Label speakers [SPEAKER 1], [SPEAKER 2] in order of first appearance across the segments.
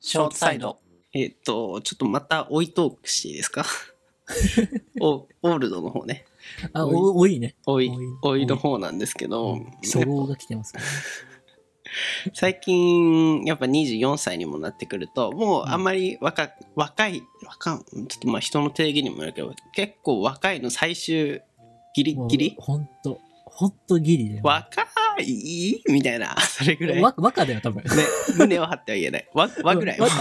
[SPEAKER 1] ショートサイド。
[SPEAKER 2] えっと、ちょっとまた置いトークしていいですか おオールドの方ね。
[SPEAKER 3] あ、お多いね。
[SPEAKER 2] おい
[SPEAKER 3] お
[SPEAKER 2] お
[SPEAKER 3] い、
[SPEAKER 2] いの方なんですけど、
[SPEAKER 3] 初号が来てますね。
[SPEAKER 2] 最近、やっぱ24歳にもなってくると、もうあんまり若、若い、若、ちょっとまあ人の定義にもよるけど、結構若いの最終ギリギリ
[SPEAKER 3] もうほんと、ほんとギリで。
[SPEAKER 2] 若いみたいな、 それぐらい。ね
[SPEAKER 3] わ、若だよ、多分。
[SPEAKER 2] 胸を張っては言えない。わ、わぐらい。
[SPEAKER 3] 若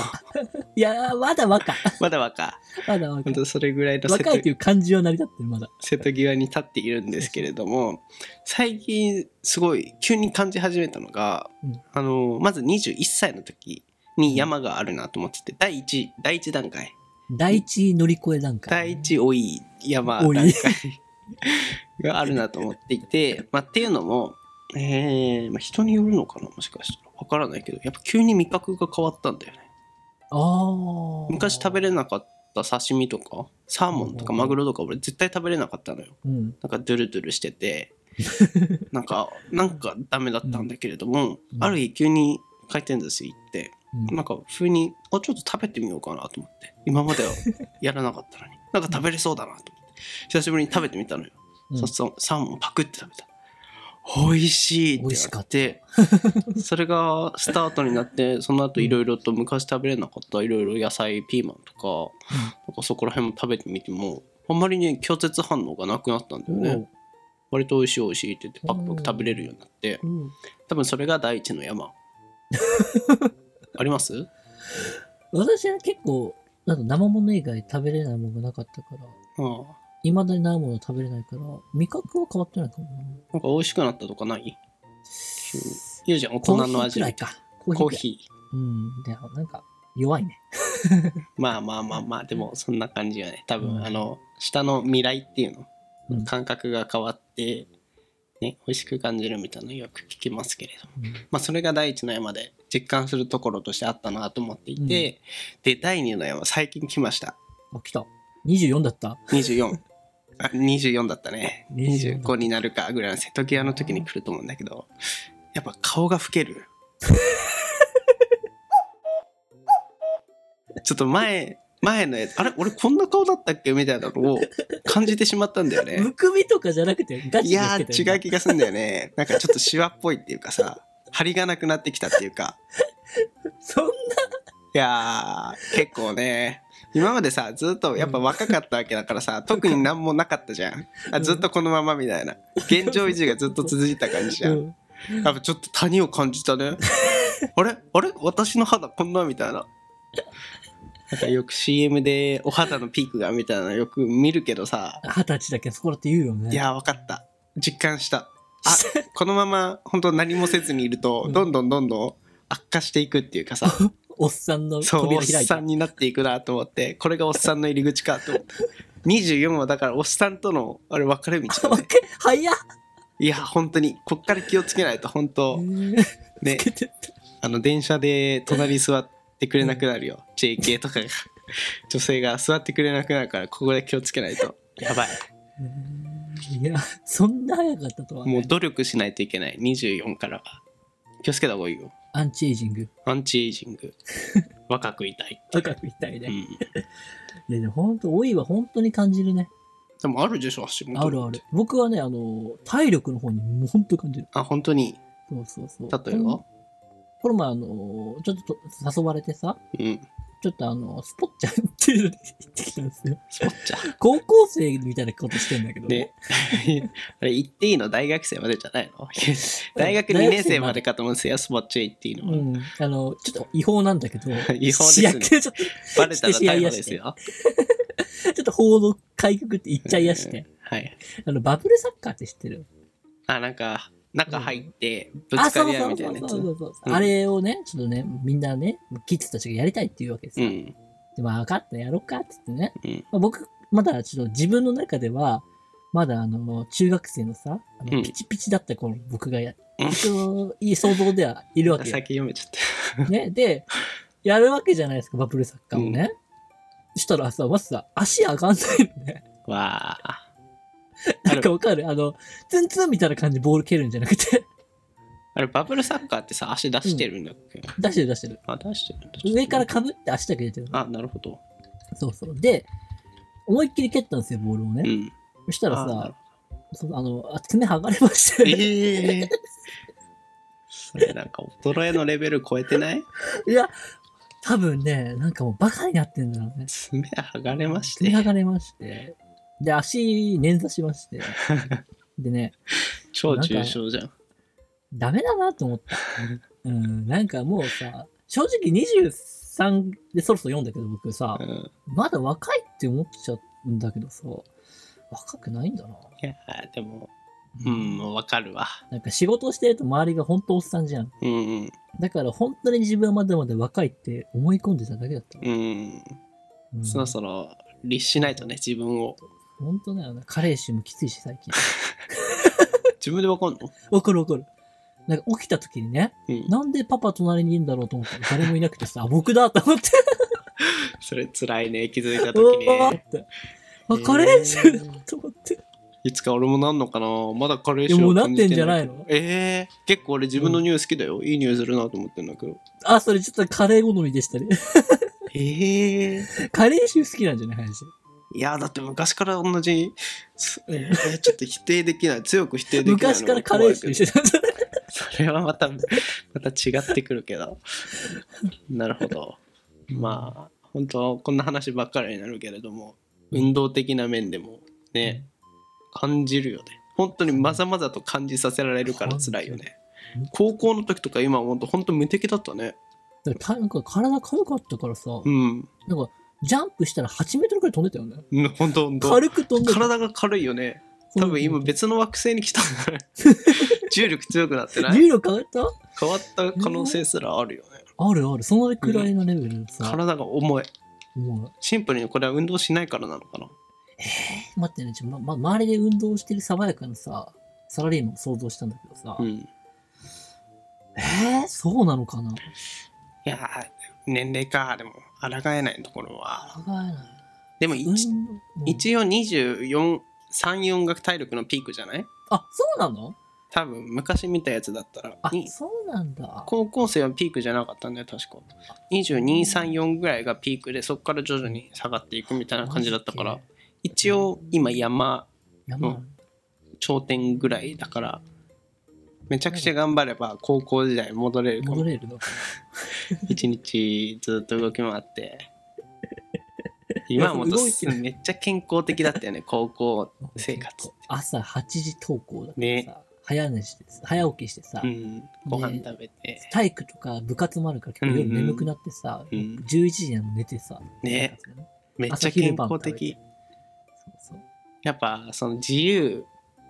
[SPEAKER 3] いやー、まだ若。
[SPEAKER 2] まだ若。
[SPEAKER 3] まだ若
[SPEAKER 2] 本
[SPEAKER 3] い。
[SPEAKER 2] 当それぐらいの
[SPEAKER 3] 若いという感じは成り立ってる、まだ。
[SPEAKER 2] 瀬戸際に立っているんですけれども最近すごい急に感じ始めたのが、
[SPEAKER 3] うん
[SPEAKER 2] あのまず21歳の時に山があるなと思ってて第一第一段階
[SPEAKER 3] 第一乗り越え段
[SPEAKER 2] 第
[SPEAKER 3] 階。
[SPEAKER 2] 一多い山
[SPEAKER 3] 多
[SPEAKER 2] 段
[SPEAKER 3] い
[SPEAKER 2] 階があるなと思ってい て、まあ、っていうのも、えーまあ、人によるのかなもしかしたらわからないけどやっぱ急に味覚が変わったんだよね
[SPEAKER 3] ああ。
[SPEAKER 2] 昔食べれなかった刺身とかサーモンとかマグロとか俺絶対食べれなかったのよ
[SPEAKER 3] うん。
[SPEAKER 2] なんかドゥルドゥルしてて なんかなんかダメだったんだけれども、
[SPEAKER 3] うん
[SPEAKER 2] ある日急に回転寿司行って
[SPEAKER 3] うん
[SPEAKER 2] なんか普通にあちょっと食べてみようかなと思って今まではやらなかったの になんか食べれそうだなと思って久しぶりに食べてみたのよ、
[SPEAKER 3] うん
[SPEAKER 2] そそうサーモンパクって食べた美味しい
[SPEAKER 3] 美
[SPEAKER 2] っ
[SPEAKER 3] 味してか
[SPEAKER 2] なっ
[SPEAKER 3] って
[SPEAKER 2] それがスタートになってその後いろいろと昔食べれなかったいろいろ野菜ピーマンとかなんかそこら辺も食べてみてもあんまりね拒絶反応がなくなったんだよね、割と美味しい美味しいって言ってパクパク食べれるようになって
[SPEAKER 3] おうん
[SPEAKER 2] 多分それが第一の 山あります
[SPEAKER 3] 私は結構、なんか生物以外食べれないものがなかったから、
[SPEAKER 2] ああ
[SPEAKER 3] いまだにないもの食べれないから、味覚は変わってないかもな。
[SPEAKER 2] なんか美味しくなったとかないゆうじゃん大人の味
[SPEAKER 3] コーヒーくらいか。コ
[SPEAKER 2] コー
[SPEAKER 3] ーヒーくらい。
[SPEAKER 2] ヒ
[SPEAKER 3] うん。で、なんか、弱いね。
[SPEAKER 2] ーまあまあまあまあでもそんな感じよね多分、
[SPEAKER 3] うん
[SPEAKER 2] あの下の未来っていうの、
[SPEAKER 3] うん
[SPEAKER 2] 感覚が変わってね美味しく感じるみたいなのよく聞きますけれど
[SPEAKER 3] うん
[SPEAKER 2] まあそれが第一の山で実感するところとしてあったなと思っていて、で第二の山最近来ました
[SPEAKER 3] あ、来た。24だった
[SPEAKER 2] 24あ24だったね
[SPEAKER 3] 24だった
[SPEAKER 2] 25になるかぐらいの瀬戸際の時に来ると思うんだけどやっぱ顔が老けるちょっと前前のやつあれ俺こんな顔だったっけみたいなのを感じてしまったんだよ ね
[SPEAKER 3] むくみとかじゃなくて、ガチ
[SPEAKER 2] い
[SPEAKER 3] で
[SPEAKER 2] や
[SPEAKER 3] やってたよ
[SPEAKER 2] ー違う気がするんだよねなんかちょっとシワっぽいっていうかさ張りがなくなってきたっていうか
[SPEAKER 3] そんな、
[SPEAKER 2] いやー結構ね今までさずっとやっぱ若かったわけだからさ、特に何もなかったじゃんあずっとこのままみたいな現状維持がずっと続いた感じじゃん、
[SPEAKER 3] うん
[SPEAKER 2] やっぱちょっと谷を感じた ねあれあれ私の肌こんなみたいななんかよく CM でお肌のピークがみたいなのよく見るけどさ
[SPEAKER 3] 二十歳だけそこらって言うよね。
[SPEAKER 2] いやー分かった実感 したあこのまま本当何もせずにいるとどんどんどんどん悪化していくっていうかさ
[SPEAKER 3] おっさんの
[SPEAKER 2] そう、おっ
[SPEAKER 3] 扉開い
[SPEAKER 2] さ
[SPEAKER 3] た
[SPEAKER 2] ん。になっていくなと思って、これがおっさんの入り口かと思って。24はだからおっさんとの、あれ分かれ道だ
[SPEAKER 3] わ
[SPEAKER 2] ね。
[SPEAKER 3] け早っ、
[SPEAKER 2] いや、本当に、こっから気をつけないと、本当ね
[SPEAKER 3] つ、けてった
[SPEAKER 2] あの、電車で隣座ってくれなくなるよ。JK とかが。女性が座ってくれなくなるから、ここで気をつけないと。やばい。
[SPEAKER 3] いや、そんな早かったとは、
[SPEAKER 2] もう努力しないといけない。24からは。気をつけた方がいいよ。
[SPEAKER 3] アンチエイジング。
[SPEAKER 2] アンチエイジン グ。若くいたい。
[SPEAKER 3] とかみたいで。
[SPEAKER 2] う
[SPEAKER 3] い
[SPEAKER 2] ん。
[SPEAKER 3] や、でも本当、老いは本当に感じるね。
[SPEAKER 2] でもあるでしょ、足元。
[SPEAKER 3] あるある。。僕はね、あの、体力の方にもう本当感じる。
[SPEAKER 2] あ、本当に。
[SPEAKER 3] そうそうそう。
[SPEAKER 2] 例えば
[SPEAKER 3] この前、あの、ちょっとと誘われてさ、
[SPEAKER 2] うん。
[SPEAKER 3] ちょっとあの、スポッチャっていうのに行ってきたんですよ。
[SPEAKER 2] スポッチャ。
[SPEAKER 3] 高校生みたいなことしてんだけど。
[SPEAKER 2] ね、あれ言っていいの大学生までじゃない の大学2年生までかと思うんですよ、スポッチェイっていうの
[SPEAKER 3] う
[SPEAKER 2] は。
[SPEAKER 3] ん。あの、ちょっと違法なんだけ ど。
[SPEAKER 2] 違法です
[SPEAKER 3] 試
[SPEAKER 2] ね
[SPEAKER 3] 合系ちょっと、
[SPEAKER 2] バレたら
[SPEAKER 3] して
[SPEAKER 2] 逮捕ですよ。
[SPEAKER 3] ちょっと報道改革って言っちゃいやして。
[SPEAKER 2] はい。
[SPEAKER 3] あの、バブルサッカーって知ってる
[SPEAKER 2] あ、なんか、中入って、ぶ
[SPEAKER 3] あ、
[SPEAKER 2] つ
[SPEAKER 3] そ
[SPEAKER 2] か
[SPEAKER 3] う
[SPEAKER 2] り合
[SPEAKER 3] そうう
[SPEAKER 2] みたい
[SPEAKER 3] そ
[SPEAKER 2] うなやつ。
[SPEAKER 3] そううそうそう。あれをね、ちょっとね、みんなね、キッズたちがやりたいっていうわけですよ。
[SPEAKER 2] ん。
[SPEAKER 3] で、まあ、分かった、やろうかって言ってね。
[SPEAKER 2] うん
[SPEAKER 3] まあ、僕、まだちょっと自分の中では、まだあの、中学生のさ、
[SPEAKER 2] う
[SPEAKER 3] あ
[SPEAKER 2] ん
[SPEAKER 3] のピチピチだった頃、僕がや、
[SPEAKER 2] うん
[SPEAKER 3] 一応、いい想像ではいるわけよ。
[SPEAKER 2] 先読めちゃっ
[SPEAKER 3] ね、で、やるわけじゃないですか、バブルサッカーをね。そしたらさ、まずさ、足上がんないのね。
[SPEAKER 2] た。わ あ。
[SPEAKER 3] なんかわかるあの、ツンツンみたいな感じでボール蹴るんじゃなくて、
[SPEAKER 2] あれ、バブルサッカーってさ、足出してるんだっけ、
[SPEAKER 3] 出してる出してる。
[SPEAKER 2] あ、出してるんだ。
[SPEAKER 3] 上からかぶって足だけ出てる。
[SPEAKER 2] あ、なるほど。
[SPEAKER 3] そうそう。で、思いっきり蹴ったんですよ、ボールを
[SPEAKER 2] う
[SPEAKER 3] ね。
[SPEAKER 2] ん。
[SPEAKER 3] そしたら
[SPEAKER 2] あなる
[SPEAKER 3] さ、そのあの、あ爪剥がれましたよね。
[SPEAKER 2] ええそれなんか衰えのレベル超えてない
[SPEAKER 3] いや、多分ね、なんかもうバカになってんだろうね。
[SPEAKER 2] 爪剥がれまし
[SPEAKER 3] 爪剥
[SPEAKER 2] て
[SPEAKER 3] がれまして。で、足、捻挫し まして。でね、
[SPEAKER 2] 超重症じゃん
[SPEAKER 3] ダメだなと思った。うん、なんかもうさ、正直23でそろそろ4だけど僕さ、
[SPEAKER 2] うん
[SPEAKER 3] まだ若いって思っちゃうんだけどさ、若くないんだな。
[SPEAKER 2] いやーでもうんもうわかるわ
[SPEAKER 3] なんか仕事してると周りが本当おっさんじゃん。
[SPEAKER 2] うんうん
[SPEAKER 3] だから本当に自分はまだまだ若いって思い込んでただけだった。
[SPEAKER 2] うん
[SPEAKER 3] うん
[SPEAKER 2] そろそろ律しないとね自分を
[SPEAKER 3] 本当だよな。加齢臭もきついし最近。
[SPEAKER 2] 自分でわかんの
[SPEAKER 3] わかるわかる。なんか起きた時にね、
[SPEAKER 2] うん
[SPEAKER 3] なんでパパ隣にいるんだろうと思ったら誰もいなくてさ、あ僕だと思って。
[SPEAKER 2] それ辛いね気づいた時
[SPEAKER 3] うわ
[SPEAKER 2] に
[SPEAKER 3] ーって。あ、加齢臭だと 思って。
[SPEAKER 2] いつか俺もなんのかなまだ加齢
[SPEAKER 3] いや
[SPEAKER 2] 臭
[SPEAKER 3] もう
[SPEAKER 2] を
[SPEAKER 3] なっ
[SPEAKER 2] 感
[SPEAKER 3] て
[SPEAKER 2] じ
[SPEAKER 3] んじ
[SPEAKER 2] て
[SPEAKER 3] ゃ
[SPEAKER 2] な
[SPEAKER 3] ないい
[SPEAKER 2] けど
[SPEAKER 3] の
[SPEAKER 2] ええ結構俺自分の匂い好きだよいい匂いするなと思ってんだけど
[SPEAKER 3] あ、それちょっとカレー好みでしたね。
[SPEAKER 2] ええ
[SPEAKER 3] カレー臭好きなんじゃない林。
[SPEAKER 2] いやだって昔から同じ、すえーちょっと否定できない強く否定できないのが
[SPEAKER 3] 昔からカレー臭
[SPEAKER 2] 怖いけ
[SPEAKER 3] してたんじゃない
[SPEAKER 2] ど それはまたまた違ってくるけど なるほどまあ本当こんな話ばっかりになるけれども運動的な面でもね感じるよね本当にまざまざと感じさせられるから辛いよね
[SPEAKER 3] うん
[SPEAKER 2] 高校の時とか今思うと本当無敵だったね
[SPEAKER 3] だからたなんか体軽かったからさ、
[SPEAKER 2] うん
[SPEAKER 3] なんかジャンプしたら8メートルくらい飛んでたよね。
[SPEAKER 2] うん本当本当
[SPEAKER 3] 軽く飛んでた。
[SPEAKER 2] 体が軽いよね多分今別の惑星に来たんだ ね重力強くなってない
[SPEAKER 3] 重力変わった
[SPEAKER 2] 変わった可能性すらあるよね
[SPEAKER 3] あるある。そのくらいのレベルでさ、
[SPEAKER 2] 体が重い
[SPEAKER 3] もう、
[SPEAKER 2] シンプルにこれは運動しないからなのかな
[SPEAKER 3] 待ってね、ちょ、ま、ま、周りで運動してる爽やかなさ、サラリーマンを想像したんだけどさ、
[SPEAKER 2] うんい
[SPEAKER 3] えー、そうなのかな
[SPEAKER 2] やー年齢かでも抗えないところは
[SPEAKER 3] 考えない。
[SPEAKER 2] でも一
[SPEAKER 3] 運動うん
[SPEAKER 2] 一応2434が体力のピークじゃない
[SPEAKER 3] あ、そうなの
[SPEAKER 2] 多分昔見たやつだったら
[SPEAKER 3] あ
[SPEAKER 2] に、
[SPEAKER 3] そうなんだ。
[SPEAKER 2] 高校生はピークじゃなかったんだよ確か2234ぐらいがピークでそこから徐々に下がっていくみたいな感じだったから
[SPEAKER 3] マジで。
[SPEAKER 2] 一応今山
[SPEAKER 3] 山あ
[SPEAKER 2] う
[SPEAKER 3] る
[SPEAKER 2] 頂点ぐらいだからめちゃくちゃ頑張れば高校時代戻れるか
[SPEAKER 3] 戻
[SPEAKER 2] も
[SPEAKER 3] れるのか
[SPEAKER 2] 一日ずっと動き回って今もと
[SPEAKER 3] 動いてる
[SPEAKER 2] めっちゃ健康的だ ったよね高校
[SPEAKER 3] な
[SPEAKER 2] 生活って
[SPEAKER 3] 朝8時登校だからさ、
[SPEAKER 2] ね
[SPEAKER 3] 早寝して早起きしてさ、
[SPEAKER 2] うんご飯食べて
[SPEAKER 3] 体育とか部活もあるから結構夜眠くなってさ、
[SPEAKER 2] うんうん
[SPEAKER 3] 11時にはもう寝てさ、
[SPEAKER 2] ね
[SPEAKER 3] 生活がね
[SPEAKER 2] めっち
[SPEAKER 3] 朝
[SPEAKER 2] ゃ
[SPEAKER 3] 昼
[SPEAKER 2] 健
[SPEAKER 3] 晩
[SPEAKER 2] 康
[SPEAKER 3] 食べて
[SPEAKER 2] 的
[SPEAKER 3] そうそう
[SPEAKER 2] やっぱその自由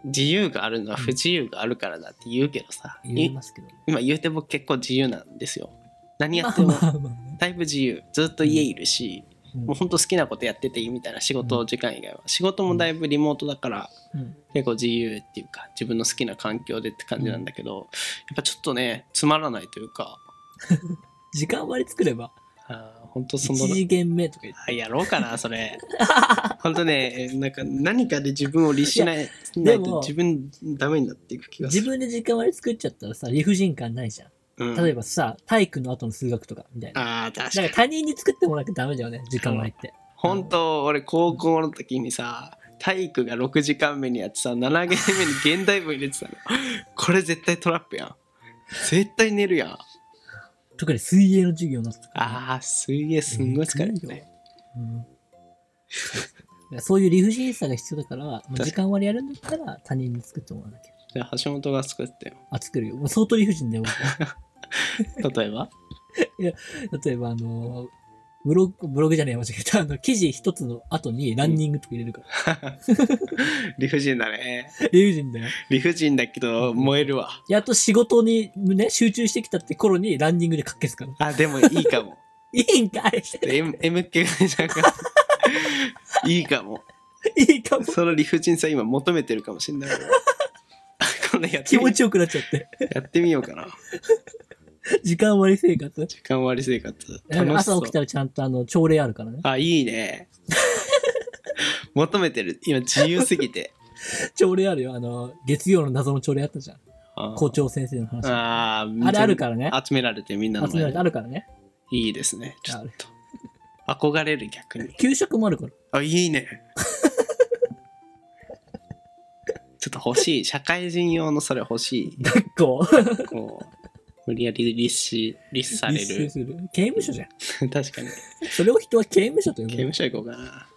[SPEAKER 2] 自由があるのは不自由があるからだって言うけどさ、
[SPEAKER 3] 言いますけどね。
[SPEAKER 2] 今言うて僕結構自由なんですよ何や
[SPEAKER 3] ま
[SPEAKER 2] っ
[SPEAKER 3] あ
[SPEAKER 2] て も
[SPEAKER 3] まあまあね。
[SPEAKER 2] だいぶ自由ずっと家いるし、
[SPEAKER 3] うん
[SPEAKER 2] もうほんと好きなことやってていいみたいな仕事時間以外は仕事もだいぶリモートだから
[SPEAKER 3] うん
[SPEAKER 2] 結構自由っていうか自分の好きな環境でって感じなんだけどやっぱちょっとねつまらないというか
[SPEAKER 3] 時間割り作れば、
[SPEAKER 2] あーほんとそ
[SPEAKER 3] 1
[SPEAKER 2] の
[SPEAKER 3] 次元目とか言って。
[SPEAKER 2] あやろうか なそれほんとねなんか何かで自分を律しないない
[SPEAKER 3] で
[SPEAKER 2] と
[SPEAKER 3] も
[SPEAKER 2] 自分ダメになっていく気がす
[SPEAKER 3] 自
[SPEAKER 2] る
[SPEAKER 3] 分で時間割り作っちゃったらさ、理不尽感ないじゃん。
[SPEAKER 2] うん
[SPEAKER 3] 例えばさ、体育の後の数学とかみたいな。
[SPEAKER 2] あー確か
[SPEAKER 3] なん
[SPEAKER 2] に
[SPEAKER 3] か他人に作ってもらわなきゃダメだよね、時間割りって。
[SPEAKER 2] 本当俺高校の時にさ体育が6時間目にやってさ7ゲーム目に現代文入れてたのこれ絶対トラップやん絶対寝るやんあ
[SPEAKER 3] 特に水泳の授業の後とかね、
[SPEAKER 2] ー水泳すんごい疲れるね
[SPEAKER 3] うんそういう理不尽さが必要だから、も
[SPEAKER 2] か
[SPEAKER 3] う
[SPEAKER 2] に
[SPEAKER 3] 時間割りやるんだったら他人に作ってもらわなきゃ。
[SPEAKER 2] じゃあ橋本が作ってよ
[SPEAKER 3] あ、作るよ。もう相当理不尽だよ。
[SPEAKER 2] 例えば
[SPEAKER 3] 僕例えば、あの、ブログ、ブログじゃねえ、間違えた。あの、記事一つの後にランニングとか入れ るから。
[SPEAKER 2] 理不尽だね
[SPEAKER 3] 理不尽だよ。
[SPEAKER 2] 理不尽だけど燃えるわ
[SPEAKER 3] やっと仕事にね、集中してきたって頃にランニングでかっけすから。
[SPEAKER 2] あでもいいか も
[SPEAKER 3] いいんかい
[SPEAKER 2] M- MK じゃんがいいかも
[SPEAKER 3] いいかも。
[SPEAKER 2] その理不尽さ今求めてるかもしれない 俺今度やって
[SPEAKER 3] 気
[SPEAKER 2] み
[SPEAKER 3] 持ちよくなっちゃって。
[SPEAKER 2] やってみようかな
[SPEAKER 3] 時間割り生活。
[SPEAKER 2] 時間割り生活楽し
[SPEAKER 3] 朝
[SPEAKER 2] そう
[SPEAKER 3] 起きたらちゃんとあの、朝礼あるからね。
[SPEAKER 2] あいい ね求めてる今自由すぎて
[SPEAKER 3] 朝礼あるよ。あの、月曜の謎の朝礼あったじゃん。
[SPEAKER 2] あー
[SPEAKER 3] 校長先生の話。あ
[SPEAKER 2] あー
[SPEAKER 3] れあるからね。
[SPEAKER 2] 集められてみんなの
[SPEAKER 3] 集めら
[SPEAKER 2] 前
[SPEAKER 3] れて
[SPEAKER 2] で
[SPEAKER 3] あるからね。
[SPEAKER 2] いいですねちょっと憧れる逆に
[SPEAKER 3] 給食もあるから。
[SPEAKER 2] あいいね ちょっと欲しい社会人用のそれ欲し
[SPEAKER 3] 学校。
[SPEAKER 2] いこう無理やり立し立 され
[SPEAKER 3] 立証
[SPEAKER 2] る
[SPEAKER 3] する刑務所じゃん。
[SPEAKER 2] 確かに
[SPEAKER 3] それを人は刑務所と呼
[SPEAKER 2] 刑
[SPEAKER 3] ぶの。
[SPEAKER 2] 務所行こうかな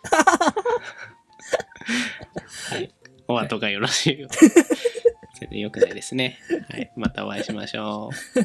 [SPEAKER 2] はいお後がよろしいようで全然良くないですねはいまたお会いしましょう